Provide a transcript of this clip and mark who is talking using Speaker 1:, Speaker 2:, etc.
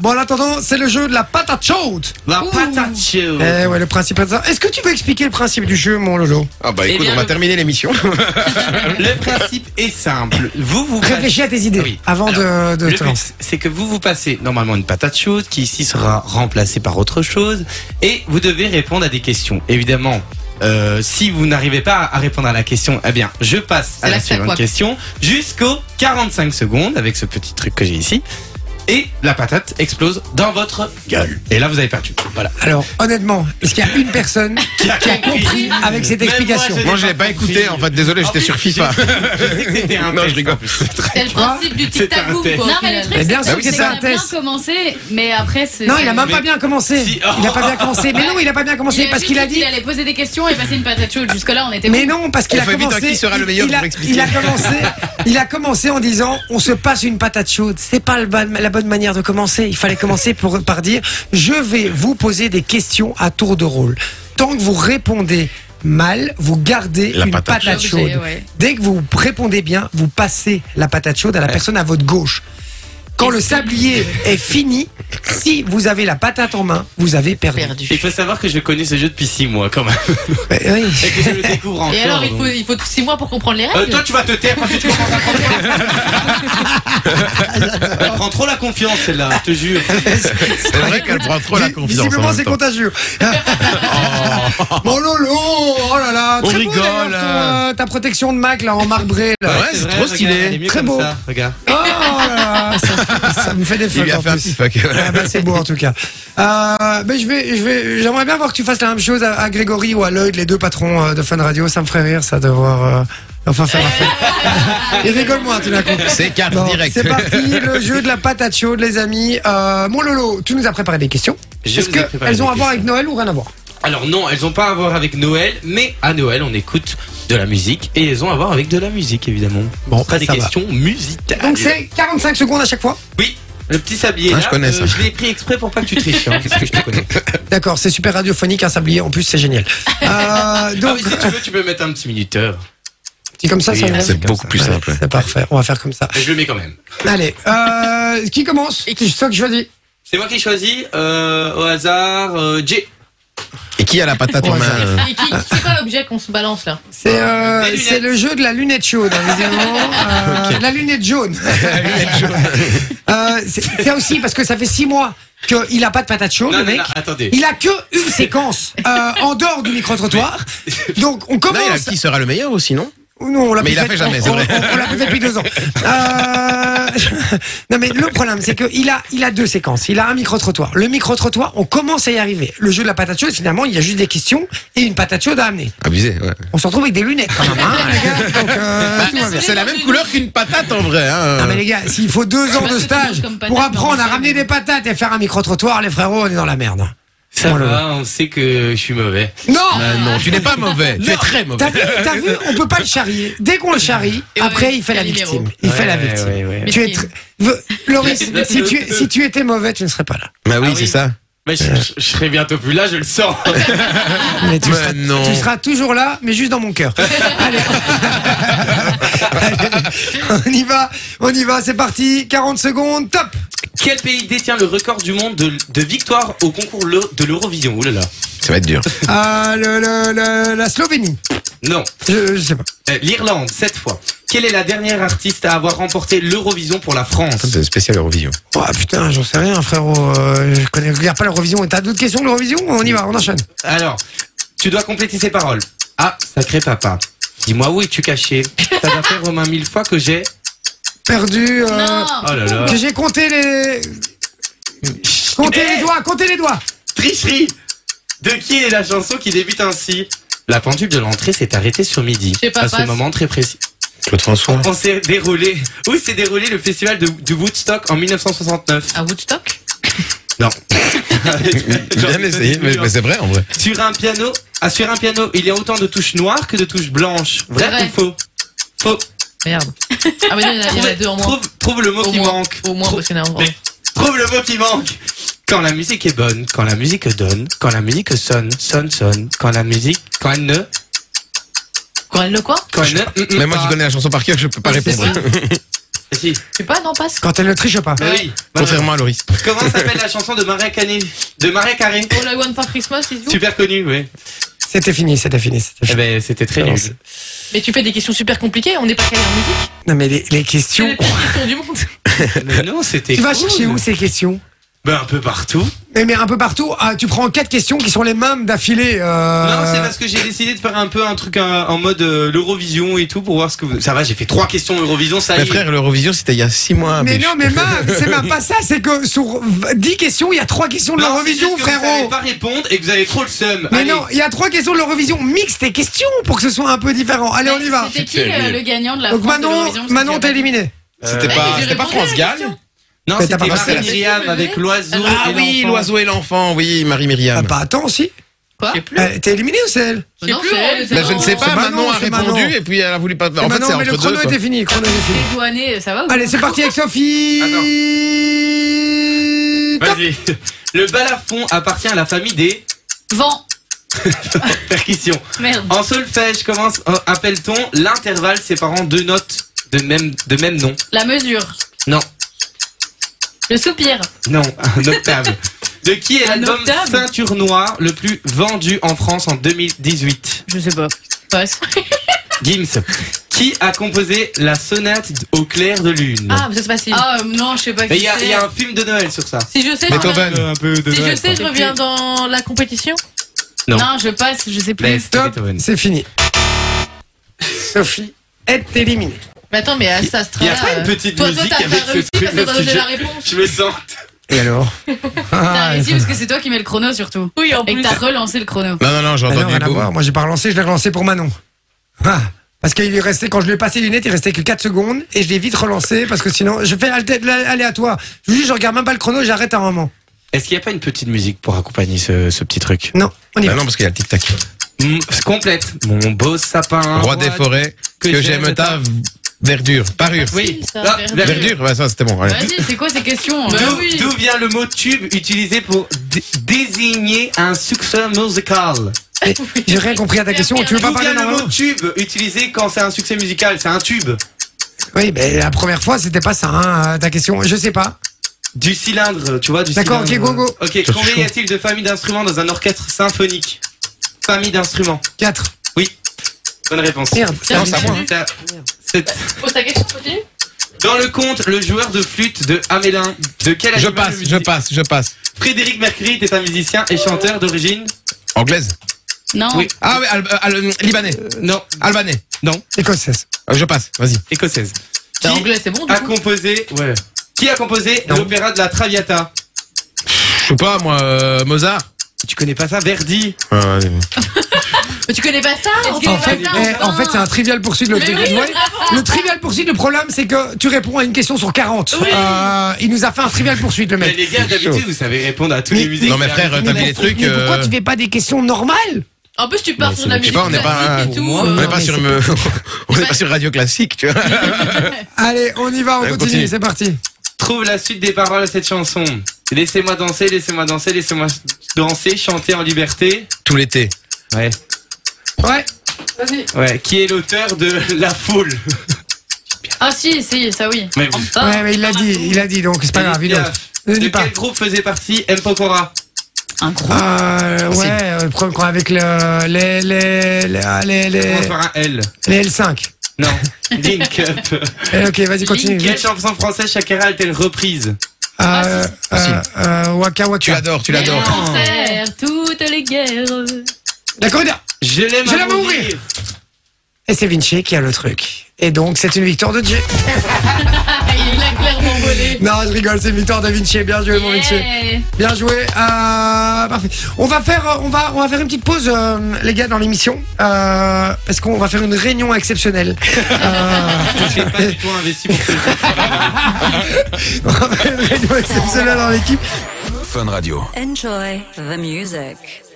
Speaker 1: Bon, en attendant, c'est le jeu de la patate chaude.
Speaker 2: La patate chaude.
Speaker 1: Eh ouais, le principe est ça. Est-ce que tu peux expliquer le principe du jeu, mon Lolo
Speaker 3: Ah bah
Speaker 2: Eh
Speaker 3: écoute,
Speaker 2: bien,
Speaker 3: on va
Speaker 2: le-
Speaker 3: terminer l'émission.
Speaker 2: Le principe est simple. Vous vous
Speaker 1: Réfléchis à tes idées
Speaker 2: Ah Oui.
Speaker 1: avant de, de
Speaker 2: Le
Speaker 1: te
Speaker 2: but,
Speaker 1: lancer.
Speaker 2: c'est que vous vous passez normalement une patate chaude qui ici sera remplacée par autre chose et vous devez répondre à des questions. Évidemment, euh, si vous n'arrivez pas à répondre à la question, eh bien, je passe à
Speaker 4: C'est
Speaker 2: la
Speaker 4: la
Speaker 2: suivante
Speaker 4: quoi.
Speaker 2: question jusqu'aux 45 secondes avec ce petit truc que j'ai ici. Et la patate explose dans votre gueule. Et là, vous avez perdu. Voilà.
Speaker 1: Alors, honnêtement, est-ce qu'il y a une personne
Speaker 2: Qui a
Speaker 1: compris avec cette
Speaker 2: Même moi,
Speaker 1: explication
Speaker 2: je l'ai
Speaker 3: Moi, je l'ai pas
Speaker 2: compris.
Speaker 3: écouté, en fait. Désolé, j'étais
Speaker 2: En plus,
Speaker 3: sur FIFA.
Speaker 2: je sais que c'était un
Speaker 3: Non, je
Speaker 2: test,
Speaker 3: rigole.
Speaker 2: en plus.
Speaker 4: C'est le principe du tic tac boom.
Speaker 2: C'est un
Speaker 4: quoi,
Speaker 5: Non,
Speaker 4: au
Speaker 5: mais
Speaker 4: final.
Speaker 5: le truc,
Speaker 1: Mais
Speaker 5: c'est
Speaker 1: Eh bien
Speaker 5: que
Speaker 1: sûr
Speaker 5: c'est
Speaker 1: que c'est
Speaker 5: qu'on
Speaker 1: un
Speaker 5: a bien
Speaker 1: test.
Speaker 5: commencé, mais après, c'est.
Speaker 1: Non, il a même
Speaker 2: Mais-
Speaker 1: pas bien commencé.
Speaker 2: Si. oh.
Speaker 1: Il a pas bien commencé. Mais non, il a pas bien
Speaker 5: Il
Speaker 1: commencé parce qu'il a dit.
Speaker 5: Il allait poser des questions et passer une patate chaude. Jusque-là, on était.
Speaker 1: Mais
Speaker 5: bon.
Speaker 1: non, parce qu'il
Speaker 3: On
Speaker 1: a
Speaker 3: fait vite
Speaker 1: commencé.
Speaker 3: un qui sera le meilleur
Speaker 1: il,
Speaker 3: pour
Speaker 1: a,
Speaker 3: l'expliquer.
Speaker 1: il a commencé. il a commencé en disant on se passe une patate chaude. C'est pas le bon- la bonne manière de commencer. Il fallait commencer pour- par dire je vais vous poser des questions à tour de rôle. Tant que vous répondez mal, vous gardez
Speaker 3: La
Speaker 1: une
Speaker 3: patate
Speaker 1: patate, chaude.
Speaker 5: Obligé, ouais.
Speaker 1: Dès que vous répondez bien, vous passez la patate chaude à la personne à votre gauche. Quand le sablier est fini, si vous avez la patate en main, vous avez perdu.
Speaker 4: Perdu.
Speaker 2: Il faut savoir que je connais ce jeu depuis 6 mois quand même.
Speaker 1: Mais Ben oui.
Speaker 2: Et que je le découvre encore.
Speaker 4: Et alors, il faut,
Speaker 2: donc.
Speaker 4: il faut 6 mois pour comprendre les
Speaker 2: Euh,
Speaker 4: règles.
Speaker 2: toi, tu vas te taire quand tu te commences à prendre- Elle prend trop la confiance, celle-là, je te jure.
Speaker 3: C'est vrai qu'elle prend trop la
Speaker 1: Vi-
Speaker 3: confiance. en
Speaker 1: Visiblement,
Speaker 3: même
Speaker 1: c'est
Speaker 3: temps.
Speaker 1: contagieux. Mon Lolo, oh là là,
Speaker 3: On
Speaker 1: très beau,
Speaker 3: rigole,
Speaker 1: d'ailleurs, ton,
Speaker 3: hein.
Speaker 1: euh, ta protection de Mac là en marbré. Là.
Speaker 3: Ouais, c'est trop stylé.
Speaker 1: Très
Speaker 2: Très
Speaker 1: beau.
Speaker 2: beau. Regarde.
Speaker 1: Oh là là, ça, ça me fait des
Speaker 3: Il
Speaker 1: fucks
Speaker 3: lui a
Speaker 1: en
Speaker 3: fait un
Speaker 1: plus.
Speaker 3: petit fuck.
Speaker 1: Ah bah, c'est beau en tout cas. Euh, mais je vais, je vais, j'aimerais bien voir que tu fasses la même chose à, à Grégory ou à Lloyd, les deux patrons euh, de Fun Radio. Ça me ferait rire ça de voir. euh, enfin faire la fête. Ils rigolent moins tout d'un coup.
Speaker 3: C'est
Speaker 2: Ah,
Speaker 3: carte
Speaker 1: Bon,
Speaker 3: directe.
Speaker 1: C'est parti, le jeu de la patate chaude, les amis. Euh, mon Lolo, tu nous as préparé des questions.
Speaker 2: Je
Speaker 1: Est-ce
Speaker 2: vous ai préparé
Speaker 1: qu'elles ont
Speaker 2: des
Speaker 1: à voir
Speaker 2: questions.
Speaker 1: avec Noël ou rien à voir
Speaker 2: Alors non, elles ont pas à voir avec Noël, mais à Noël, on écoute de la musique et elles ont à voir avec de la musique, évidemment.
Speaker 1: Bon,
Speaker 2: pas des
Speaker 1: ça va.
Speaker 2: questions musicales.
Speaker 1: Donc c'est 45 secondes à chaque fois.
Speaker 2: Oui. Le petit sablier.
Speaker 3: Ah, je
Speaker 2: là, euh,
Speaker 3: connais ça.
Speaker 2: je l'ai pris exprès pour pas que tu triches, hein, parce que je te connais.
Speaker 1: D'accord, c'est super radiophonique, un sablier en plus, c'est génial. Euh,
Speaker 2: Ah,
Speaker 1: donc,
Speaker 2: mais si tu veux, tu peux mettre un petit minuteur.
Speaker 1: c'est comme ça,
Speaker 2: Oui,
Speaker 1: ça va.
Speaker 2: c'est
Speaker 3: C'est beaucoup plus simple.
Speaker 1: C'est parfait, on va faire comme ça.
Speaker 2: Mais Je le mets quand même.
Speaker 1: Allez, euh, qui commence
Speaker 4: Et qui
Speaker 1: C'est toi que je choisis.
Speaker 2: C'est moi qui choisis euh, au hasard euh, J.
Speaker 3: Et qui a la patate en
Speaker 1: Ouais,
Speaker 3: main
Speaker 1: ça-
Speaker 3: euh
Speaker 4: Et qui- C'est quoi l'objet qu'on se balance là
Speaker 1: C'est euh,
Speaker 2: Les lunettes.
Speaker 1: c'est le jeu de la lunette chaude, hein, visiblement. Euh, La lunette jaune. Euh, c'est c'est aussi parce que ça fait six mois qu'il a pas de patate chaude,
Speaker 2: Non,
Speaker 1: le
Speaker 2: non,
Speaker 1: mec.
Speaker 2: non, attendez.
Speaker 1: Il a que une séquence euh, en dehors du micro-trottoir. Donc on
Speaker 3: Non, il a
Speaker 1: commence.
Speaker 3: qui sera le meilleur aussi, non
Speaker 1: Ou Non, on l'a
Speaker 3: Mais
Speaker 1: plus
Speaker 3: il a fait jamais,
Speaker 1: on-
Speaker 3: c'est
Speaker 1: on-
Speaker 3: vrai.
Speaker 1: On, on l'a plus fait depuis deux ans. Euh, non, mais le problème, c'est qu'il a, il a deux séquences. Il a un micro-trottoir. Le micro-trottoir, on commence à y arriver. Le jeu de la patate chaude, finalement, il y a juste des questions et une patate chaude à amener.
Speaker 3: Abusé, ouais.
Speaker 1: On se retrouve avec des lunettes, quand même, hein, les gars. Donc, euh, tout va bien.
Speaker 3: hein, C'est la même couleur qu'une patate en vrai. hein.
Speaker 1: Non, Ah, mais les gars, s'il faut deux ans
Speaker 4: Parce
Speaker 1: de
Speaker 4: que
Speaker 1: stage
Speaker 4: tu manges comme
Speaker 1: pour
Speaker 4: patate,
Speaker 1: apprendre
Speaker 4: non,
Speaker 1: à
Speaker 4: mais-
Speaker 1: ramener des patates et faire un micro-trottoir, les frérots, on est dans la merde.
Speaker 2: Ça
Speaker 1: Oh là
Speaker 2: va, on sait que je suis mauvais.
Speaker 1: Non!
Speaker 3: Ah non, tu n'es pas mauvais. Tu es très
Speaker 1: T'as
Speaker 3: mauvais.
Speaker 1: vu, t'as vu, on peut pas le charrier. Dès qu'on le charrie,
Speaker 4: Et
Speaker 1: après
Speaker 4: ouais,
Speaker 1: il fait la
Speaker 4: Calimero.
Speaker 1: victime. Il fait la
Speaker 2: Ouais,
Speaker 1: victime.
Speaker 2: ouais, ouais.
Speaker 1: Tu es
Speaker 4: Victime.
Speaker 1: tr- Ve- Loris,
Speaker 2: Le-
Speaker 1: si
Speaker 2: le-
Speaker 1: tu, si tu étais mauvais, tu ne serais pas là.
Speaker 3: Bah
Speaker 2: Ah
Speaker 3: oui,
Speaker 2: oui.
Speaker 3: c'est ça.
Speaker 2: Mais je, je- je serai bientôt plus là, je le sens.
Speaker 1: Mais tu,
Speaker 3: Mais
Speaker 1: seras,
Speaker 3: non.
Speaker 1: tu seras toujours là, mais juste dans mon cœur. Allez. Allez, on y va, on y va, c'est parti. 40 secondes, top.
Speaker 2: Quel pays détient le record du monde de, de victoires au concours le- de l'Eurovision Ouh là là.
Speaker 3: Ça va être dur.
Speaker 1: Euh, le- le- le- la Slovénie.
Speaker 2: Non,
Speaker 1: Je, je sais pas.
Speaker 2: Euh, l'Irlande, cette fois. Quelle est la dernière artiste à avoir remporté l'Eurovision pour la France
Speaker 3: C'est spécial Eurovision.
Speaker 1: Oh, putain, j'en sais rien, frérot. Euh, je connais, je regarde pas l'Eurovision. Et T'as d'autres questions de l'Eurovision On y va, on enchaîne.
Speaker 2: Alors, tu dois compléter ces paroles. Ah, sacré papa. Dis-moi où es-tu caché Ça va faire au moins mille fois que j'ai.
Speaker 1: Perdu. euh,
Speaker 4: Non
Speaker 2: Oh là là.
Speaker 1: Que j'ai compté les. Comptez
Speaker 2: Eh
Speaker 1: les doigts, comptez les doigts
Speaker 2: Tricherie De qui est la chanson qui débute ainsi La pendule de l'entrée s'est arrêtée sur midi.
Speaker 4: Je sais pas,
Speaker 2: à ce
Speaker 4: passe.
Speaker 2: moment très précis.
Speaker 3: Claude François.
Speaker 2: On s'est déroulé. Où s'est déroulé le festival de, de Woodstock en 1969
Speaker 4: À Ah, Woodstock
Speaker 2: Non.
Speaker 3: Bien essayé, mais mais c'est vrai en vrai.
Speaker 2: Sur un piano, ah, sur un piano, il y a autant de touches noires que de touches blanches. Vrai,
Speaker 4: Vrai.
Speaker 2: ou faux Faux.
Speaker 4: Merde. Ah, mais non, il y en a- il y en a deux en moins.
Speaker 2: trouve, trouve le mot
Speaker 4: Au
Speaker 2: qui
Speaker 4: moins,
Speaker 2: manque.
Speaker 4: au moins
Speaker 2: Trouve-
Speaker 4: parce qu'il y en a un en moins.
Speaker 2: Mais- Trouve le mot qui manque. Quand la musique est bonne, quand la musique donne, quand la musique sonne, sonne, sonne, quand la musique, quand elle ne,
Speaker 4: Quand elle le quoi
Speaker 2: quand elle ne. mm, mm,
Speaker 3: Même moi
Speaker 2: pas.
Speaker 3: qui connais la chanson par cœur, je peux pas
Speaker 4: Ouais, c'est
Speaker 3: répondre.
Speaker 2: Si.
Speaker 4: Je sais pas, non, passe.
Speaker 1: Quand elle ne triche pas.
Speaker 2: Bah oui. Bah,
Speaker 3: Contrairement à Loris.
Speaker 2: Comment s'appelle la chanson de Maria Carré De Maria Carré.
Speaker 4: All I want Oh, for Christmas is you.
Speaker 2: Super connue, oui.
Speaker 1: C'était fini, c'était fini. c'était
Speaker 2: Eh
Speaker 1: fini.
Speaker 2: ben, c'était très nul.
Speaker 1: Avance.
Speaker 4: Mais tu fais des questions super compliquées, on n'est pas calé en musique.
Speaker 1: Non, mais les, les
Speaker 4: C'est
Speaker 1: questions.
Speaker 4: les pires questions du monde.
Speaker 2: Mais non, c'était.
Speaker 1: Tu vas
Speaker 2: cool.
Speaker 1: chercher où ces questions
Speaker 2: Ben, un peu partout.
Speaker 1: mais, mais un peu partout, ah, tu prends quatre questions qui sont les mêmes d'affilée. euh,
Speaker 2: Non, c'est parce que j'ai décidé de faire un peu un truc euh, en mode euh, l'Eurovision et tout pour voir ce que vous. Ça va, j'ai fait trois questions Eurovision, ça y
Speaker 3: Mais
Speaker 2: est.
Speaker 3: frère, l'Eurovision, c'était il y a 6
Speaker 2: Ah,
Speaker 3: mois.
Speaker 1: Mais
Speaker 3: biche.
Speaker 1: non, mais même, c'est même pas ça, c'est que sur 10 questions, il y a trois questions de
Speaker 2: Non,
Speaker 1: l'Eurovision,
Speaker 2: c'est juste que Vous savez
Speaker 1: frérot.
Speaker 2: pas répondre et que vous avez trop le seum.
Speaker 1: Mais
Speaker 2: Allez.
Speaker 1: non, il y a trois questions de l'Eurovision. Mixe tes questions pour que ce soit un peu différent. Allez, on y va.
Speaker 5: C'était qui euh, le gagnant de la
Speaker 1: Donc
Speaker 5: France de
Speaker 1: Manon,
Speaker 5: l'Eurovision, parce
Speaker 1: Manon
Speaker 5: qu'il y
Speaker 1: t'es
Speaker 5: a pas-
Speaker 1: éliminé.
Speaker 3: C'était
Speaker 2: Euh,
Speaker 4: mais
Speaker 3: pas,
Speaker 4: j'ai
Speaker 3: c'était pas
Speaker 4: répondu à la
Speaker 3: France Gall
Speaker 4: question.
Speaker 2: Non,
Speaker 1: Mais
Speaker 2: c'était
Speaker 1: t'as pas passé la
Speaker 2: Marie-Myriam
Speaker 4: question.
Speaker 2: avec l'oiseau.
Speaker 3: Ah
Speaker 2: et
Speaker 3: oui,
Speaker 2: l'enfant.
Speaker 3: l'oiseau et l'enfant, oui,
Speaker 1: Ah
Speaker 3: Marie-Myriam.
Speaker 1: bah attends, si.
Speaker 4: Quoi
Speaker 5: Je sais plus.
Speaker 1: Euh, T'es éliminé ou c'est elle
Speaker 4: Je sais
Speaker 5: Non,
Speaker 4: plus,
Speaker 5: c'est
Speaker 4: on-
Speaker 5: elle,
Speaker 3: Bah, je ne sais
Speaker 1: C'est
Speaker 3: pas,
Speaker 1: Manon,
Speaker 3: Manon a
Speaker 1: c'est
Speaker 3: répondu
Speaker 1: Manon.
Speaker 3: et puis elle a voulu pas. En
Speaker 1: Et
Speaker 3: fait, c'est
Speaker 1: maintenant, mais le
Speaker 3: entre deux.
Speaker 1: chrono
Speaker 3: quoi.
Speaker 1: était fini. le chrono était fini.
Speaker 5: Dédouané, ça va ou
Speaker 1: Allez, c'est parti avec Sophie.
Speaker 2: Vas-y. Le balafon appartient à la famille des
Speaker 5: Vent.
Speaker 2: percussions.
Speaker 5: Merde.
Speaker 2: En solfège, comment s- euh, appelle-t-on l'intervalle séparant deux notes de même, de même nom
Speaker 5: La mesure.
Speaker 2: Non.
Speaker 5: Le soupir.
Speaker 2: Non, un octave. De qui est
Speaker 5: Un
Speaker 2: l'album
Speaker 5: octave
Speaker 2: Ceinture Noire le plus vendu en France en 2018
Speaker 5: Je sais pas. Passe.
Speaker 2: Gims. Qui a composé la sonate au clair de lune
Speaker 4: Ah, mais ça c'est facile.
Speaker 5: Ah euh, non, je sais pas.
Speaker 2: Mais Il
Speaker 5: qui
Speaker 2: y, a-
Speaker 5: c'est.
Speaker 2: il y a un film de Noël sur ça.
Speaker 4: Si je sais, je reviens-
Speaker 3: Beethoven.
Speaker 1: Ah
Speaker 2: Euh, Un peu de
Speaker 4: si je sais, je reviens dans la compétition.
Speaker 2: Non.
Speaker 5: Non, je passe, je sais plus.
Speaker 1: Top, c'est fini. Sophie est éliminée.
Speaker 4: Mais attends, mais à ça
Speaker 2: Il y a pas une
Speaker 5: euh,
Speaker 2: petite
Speaker 4: Ah, euh, Toi, toi,
Speaker 2: musique
Speaker 4: t'as
Speaker 2: avec
Speaker 4: t'as
Speaker 2: ce
Speaker 4: réussi
Speaker 2: truc
Speaker 4: parce que t'as
Speaker 2: parce que
Speaker 4: donné
Speaker 2: je-
Speaker 4: la réponse.
Speaker 2: Je me sens.
Speaker 1: Et alors
Speaker 5: T'as
Speaker 1: Ah,
Speaker 5: réussi parce que c'est toi qui mets le chrono surtout.
Speaker 4: Oui, en
Speaker 5: Et que
Speaker 4: plus.
Speaker 5: t'as relancé le chrono.
Speaker 3: Non, non, non, j'ai
Speaker 1: Ah non,
Speaker 3: entendu
Speaker 1: rien à
Speaker 3: beau.
Speaker 1: voir. Moi, j'ai pas relancé, je l'ai relancé pour Manon. Ah, parce qu'il lui restait, quand je lui ai passé les lunettes, il restait que 4 secondes et je l'ai vite relancé parce que sinon, je fais alter- aléatoire. Je vous dis, je regarde même pas le chrono, j'arrête à un moment.
Speaker 2: Est-ce qu'il n'y a pas une petite musique pour accompagner ce, ce petit truc
Speaker 1: Non, on y
Speaker 3: Bah
Speaker 1: va.
Speaker 3: non, parce qu'il y a le tic-tac.
Speaker 2: Mm, c'est Complète. Mon beau
Speaker 1: Ah,
Speaker 2: sapin.
Speaker 3: Roi des forêts, que j'aime ta verdure, parure.
Speaker 2: Oui.
Speaker 4: Ça,
Speaker 2: Ah,
Speaker 4: verdure.
Speaker 2: verdure.
Speaker 3: Verdure, ouais, ça c'était bon. allez.
Speaker 5: Vas-y, c'est quoi ces questions hein Ah
Speaker 4: Bah
Speaker 2: D'où
Speaker 4: oui.
Speaker 2: d'où vient le mot tube utilisé pour dé- désigner un succès musical
Speaker 1: J'ai rien compris à ta question. Tu veux pas
Speaker 2: D'où
Speaker 1: parler
Speaker 2: vient le mot
Speaker 1: normalement
Speaker 2: tube utilisé quand c'est un succès musical C'est un tube.
Speaker 1: Oui, mais la première fois, c'était pas ça, hein, euh, ta question. Je sais pas.
Speaker 2: Du cylindre, tu vois, du
Speaker 1: D'accord,
Speaker 2: cylindre.
Speaker 1: ok, go, go.
Speaker 2: Ok, combien y a-t-il de familles d'instruments dans un orchestre symphonique Famille d'instruments.
Speaker 1: 4.
Speaker 2: Bonne réponse.
Speaker 1: Merde,
Speaker 4: Tiens,
Speaker 1: non,
Speaker 4: c'est
Speaker 1: c'est à moi.
Speaker 4: bon.
Speaker 2: Ça- c'est-
Speaker 4: Pose ta question, continue.
Speaker 2: Dans le conte, le joueur de flûte de Amélin, de quel
Speaker 3: Je
Speaker 2: animal
Speaker 3: passe,
Speaker 2: le
Speaker 3: je
Speaker 2: musi-
Speaker 3: passe, je passe.
Speaker 2: Frédéric Mercury était un musicien et chanteur d'origine
Speaker 3: Anglaise
Speaker 5: Non.
Speaker 2: Oui.
Speaker 3: Ah oui, al- euh, al- euh, libanais.
Speaker 2: Non,
Speaker 3: Albanais.
Speaker 1: Écossaise.
Speaker 3: Euh, Je passe, vas-y.
Speaker 2: écossaise. Qui
Speaker 4: T'as anglais, c'est bon du
Speaker 2: a
Speaker 4: coup
Speaker 2: composé ouais. Qui a composé
Speaker 1: Non.
Speaker 2: l'opéra de la Traviata
Speaker 3: Je sais pas, moi, euh, Mozart. Euh,
Speaker 2: Tu connais pas ça Verdi
Speaker 4: Mais tu connais pas ça
Speaker 5: Est-ce que-
Speaker 4: en
Speaker 1: En
Speaker 5: Mais
Speaker 1: fait,
Speaker 5: vas-y,
Speaker 1: eh, en
Speaker 5: enfin.
Speaker 1: fait, c'est un trivial poursuite. Le,
Speaker 5: Mais
Speaker 1: truc.
Speaker 5: oui,
Speaker 1: Ouais. le trivial poursuite, le problème, c'est que tu réponds à une question sur 40. Euh, il nous a fait un trivial poursuite, le
Speaker 2: Mais
Speaker 1: mec.
Speaker 2: les gars, d'habitude, vous savez répondre à toutes
Speaker 1: Mais-
Speaker 2: les musiques.
Speaker 3: Non, mais frère, t'as vu les trucs.
Speaker 1: Mais pourquoi
Speaker 3: euh,
Speaker 1: tu fais pas des questions normales
Speaker 4: En plus, tu pars sur de la
Speaker 3: je sais
Speaker 4: musique
Speaker 3: pas, on n'est pas
Speaker 4: classique et
Speaker 3: un-
Speaker 4: tout.
Speaker 3: on
Speaker 4: euh,
Speaker 3: n'est
Speaker 1: Non,
Speaker 3: pas
Speaker 1: mais
Speaker 3: sur
Speaker 1: c'est
Speaker 3: une- on n'est pas sur radio classique, tu vois.
Speaker 1: Allez, on y va, on
Speaker 3: Allez,
Speaker 1: continue,
Speaker 3: continue.
Speaker 1: c'est parti.
Speaker 2: Trouve la suite des paroles à cette chanson. Laissez-moi danser, laissez-moi danser, laissez-moi danser, chanter en liberté.
Speaker 3: Tout l'été.
Speaker 2: Ouais.
Speaker 1: Ouais,
Speaker 4: Vas-y.
Speaker 2: Ouais. Qui est l'auteur de La Foule
Speaker 5: Ah si, si, ça oui.
Speaker 2: Mais
Speaker 1: ouais, mais il l'a dit, il l'a dit, donc c'est pas grave, il l'autre. Ne
Speaker 2: De
Speaker 1: dis pas.
Speaker 2: quel groupe faisait partie M. Pokora
Speaker 5: Un gros.
Speaker 3: Ah,
Speaker 1: Euh, ouais, euh, le problème quoi, avec le, les, les, les, ah, les, les,
Speaker 2: Commence par un L.
Speaker 1: les L5.
Speaker 2: Non. Link Up.
Speaker 1: Eh, ok, vas-y, continue.
Speaker 2: Quelle chanson française Shakira a-t-elle reprise
Speaker 1: Euh, euh, euh, waka
Speaker 3: Ah, Tu
Speaker 1: Waka.
Speaker 3: l'adores, tu
Speaker 5: Mais
Speaker 3: l'adores.
Speaker 5: on sert toutes les guerres.
Speaker 1: D'accord, bien.
Speaker 2: Je l'aime
Speaker 1: Je
Speaker 2: à
Speaker 1: l'aime à
Speaker 2: mourir.
Speaker 1: mourir. Et c'est Vinci qui a le truc. Et donc, c'est une victoire de Dieu.
Speaker 5: Ah, il a clairement volé.
Speaker 1: Non, je rigole, c'est une victoire de Vinci. Bien joué, mon Vinci.
Speaker 5: Yeah.
Speaker 1: Bien joué. Euh, parfait. On va faire, euh, on va, on va faire une petite pause, euh, les gars, dans l'émission, euh, parce qu'on va faire une réunion exceptionnelle. Euh,
Speaker 2: J'ai pas du tout investi pour ce jeu.
Speaker 1: On va faire une réunion exceptionnelle dans l'équipe.
Speaker 6: Enjoy the music.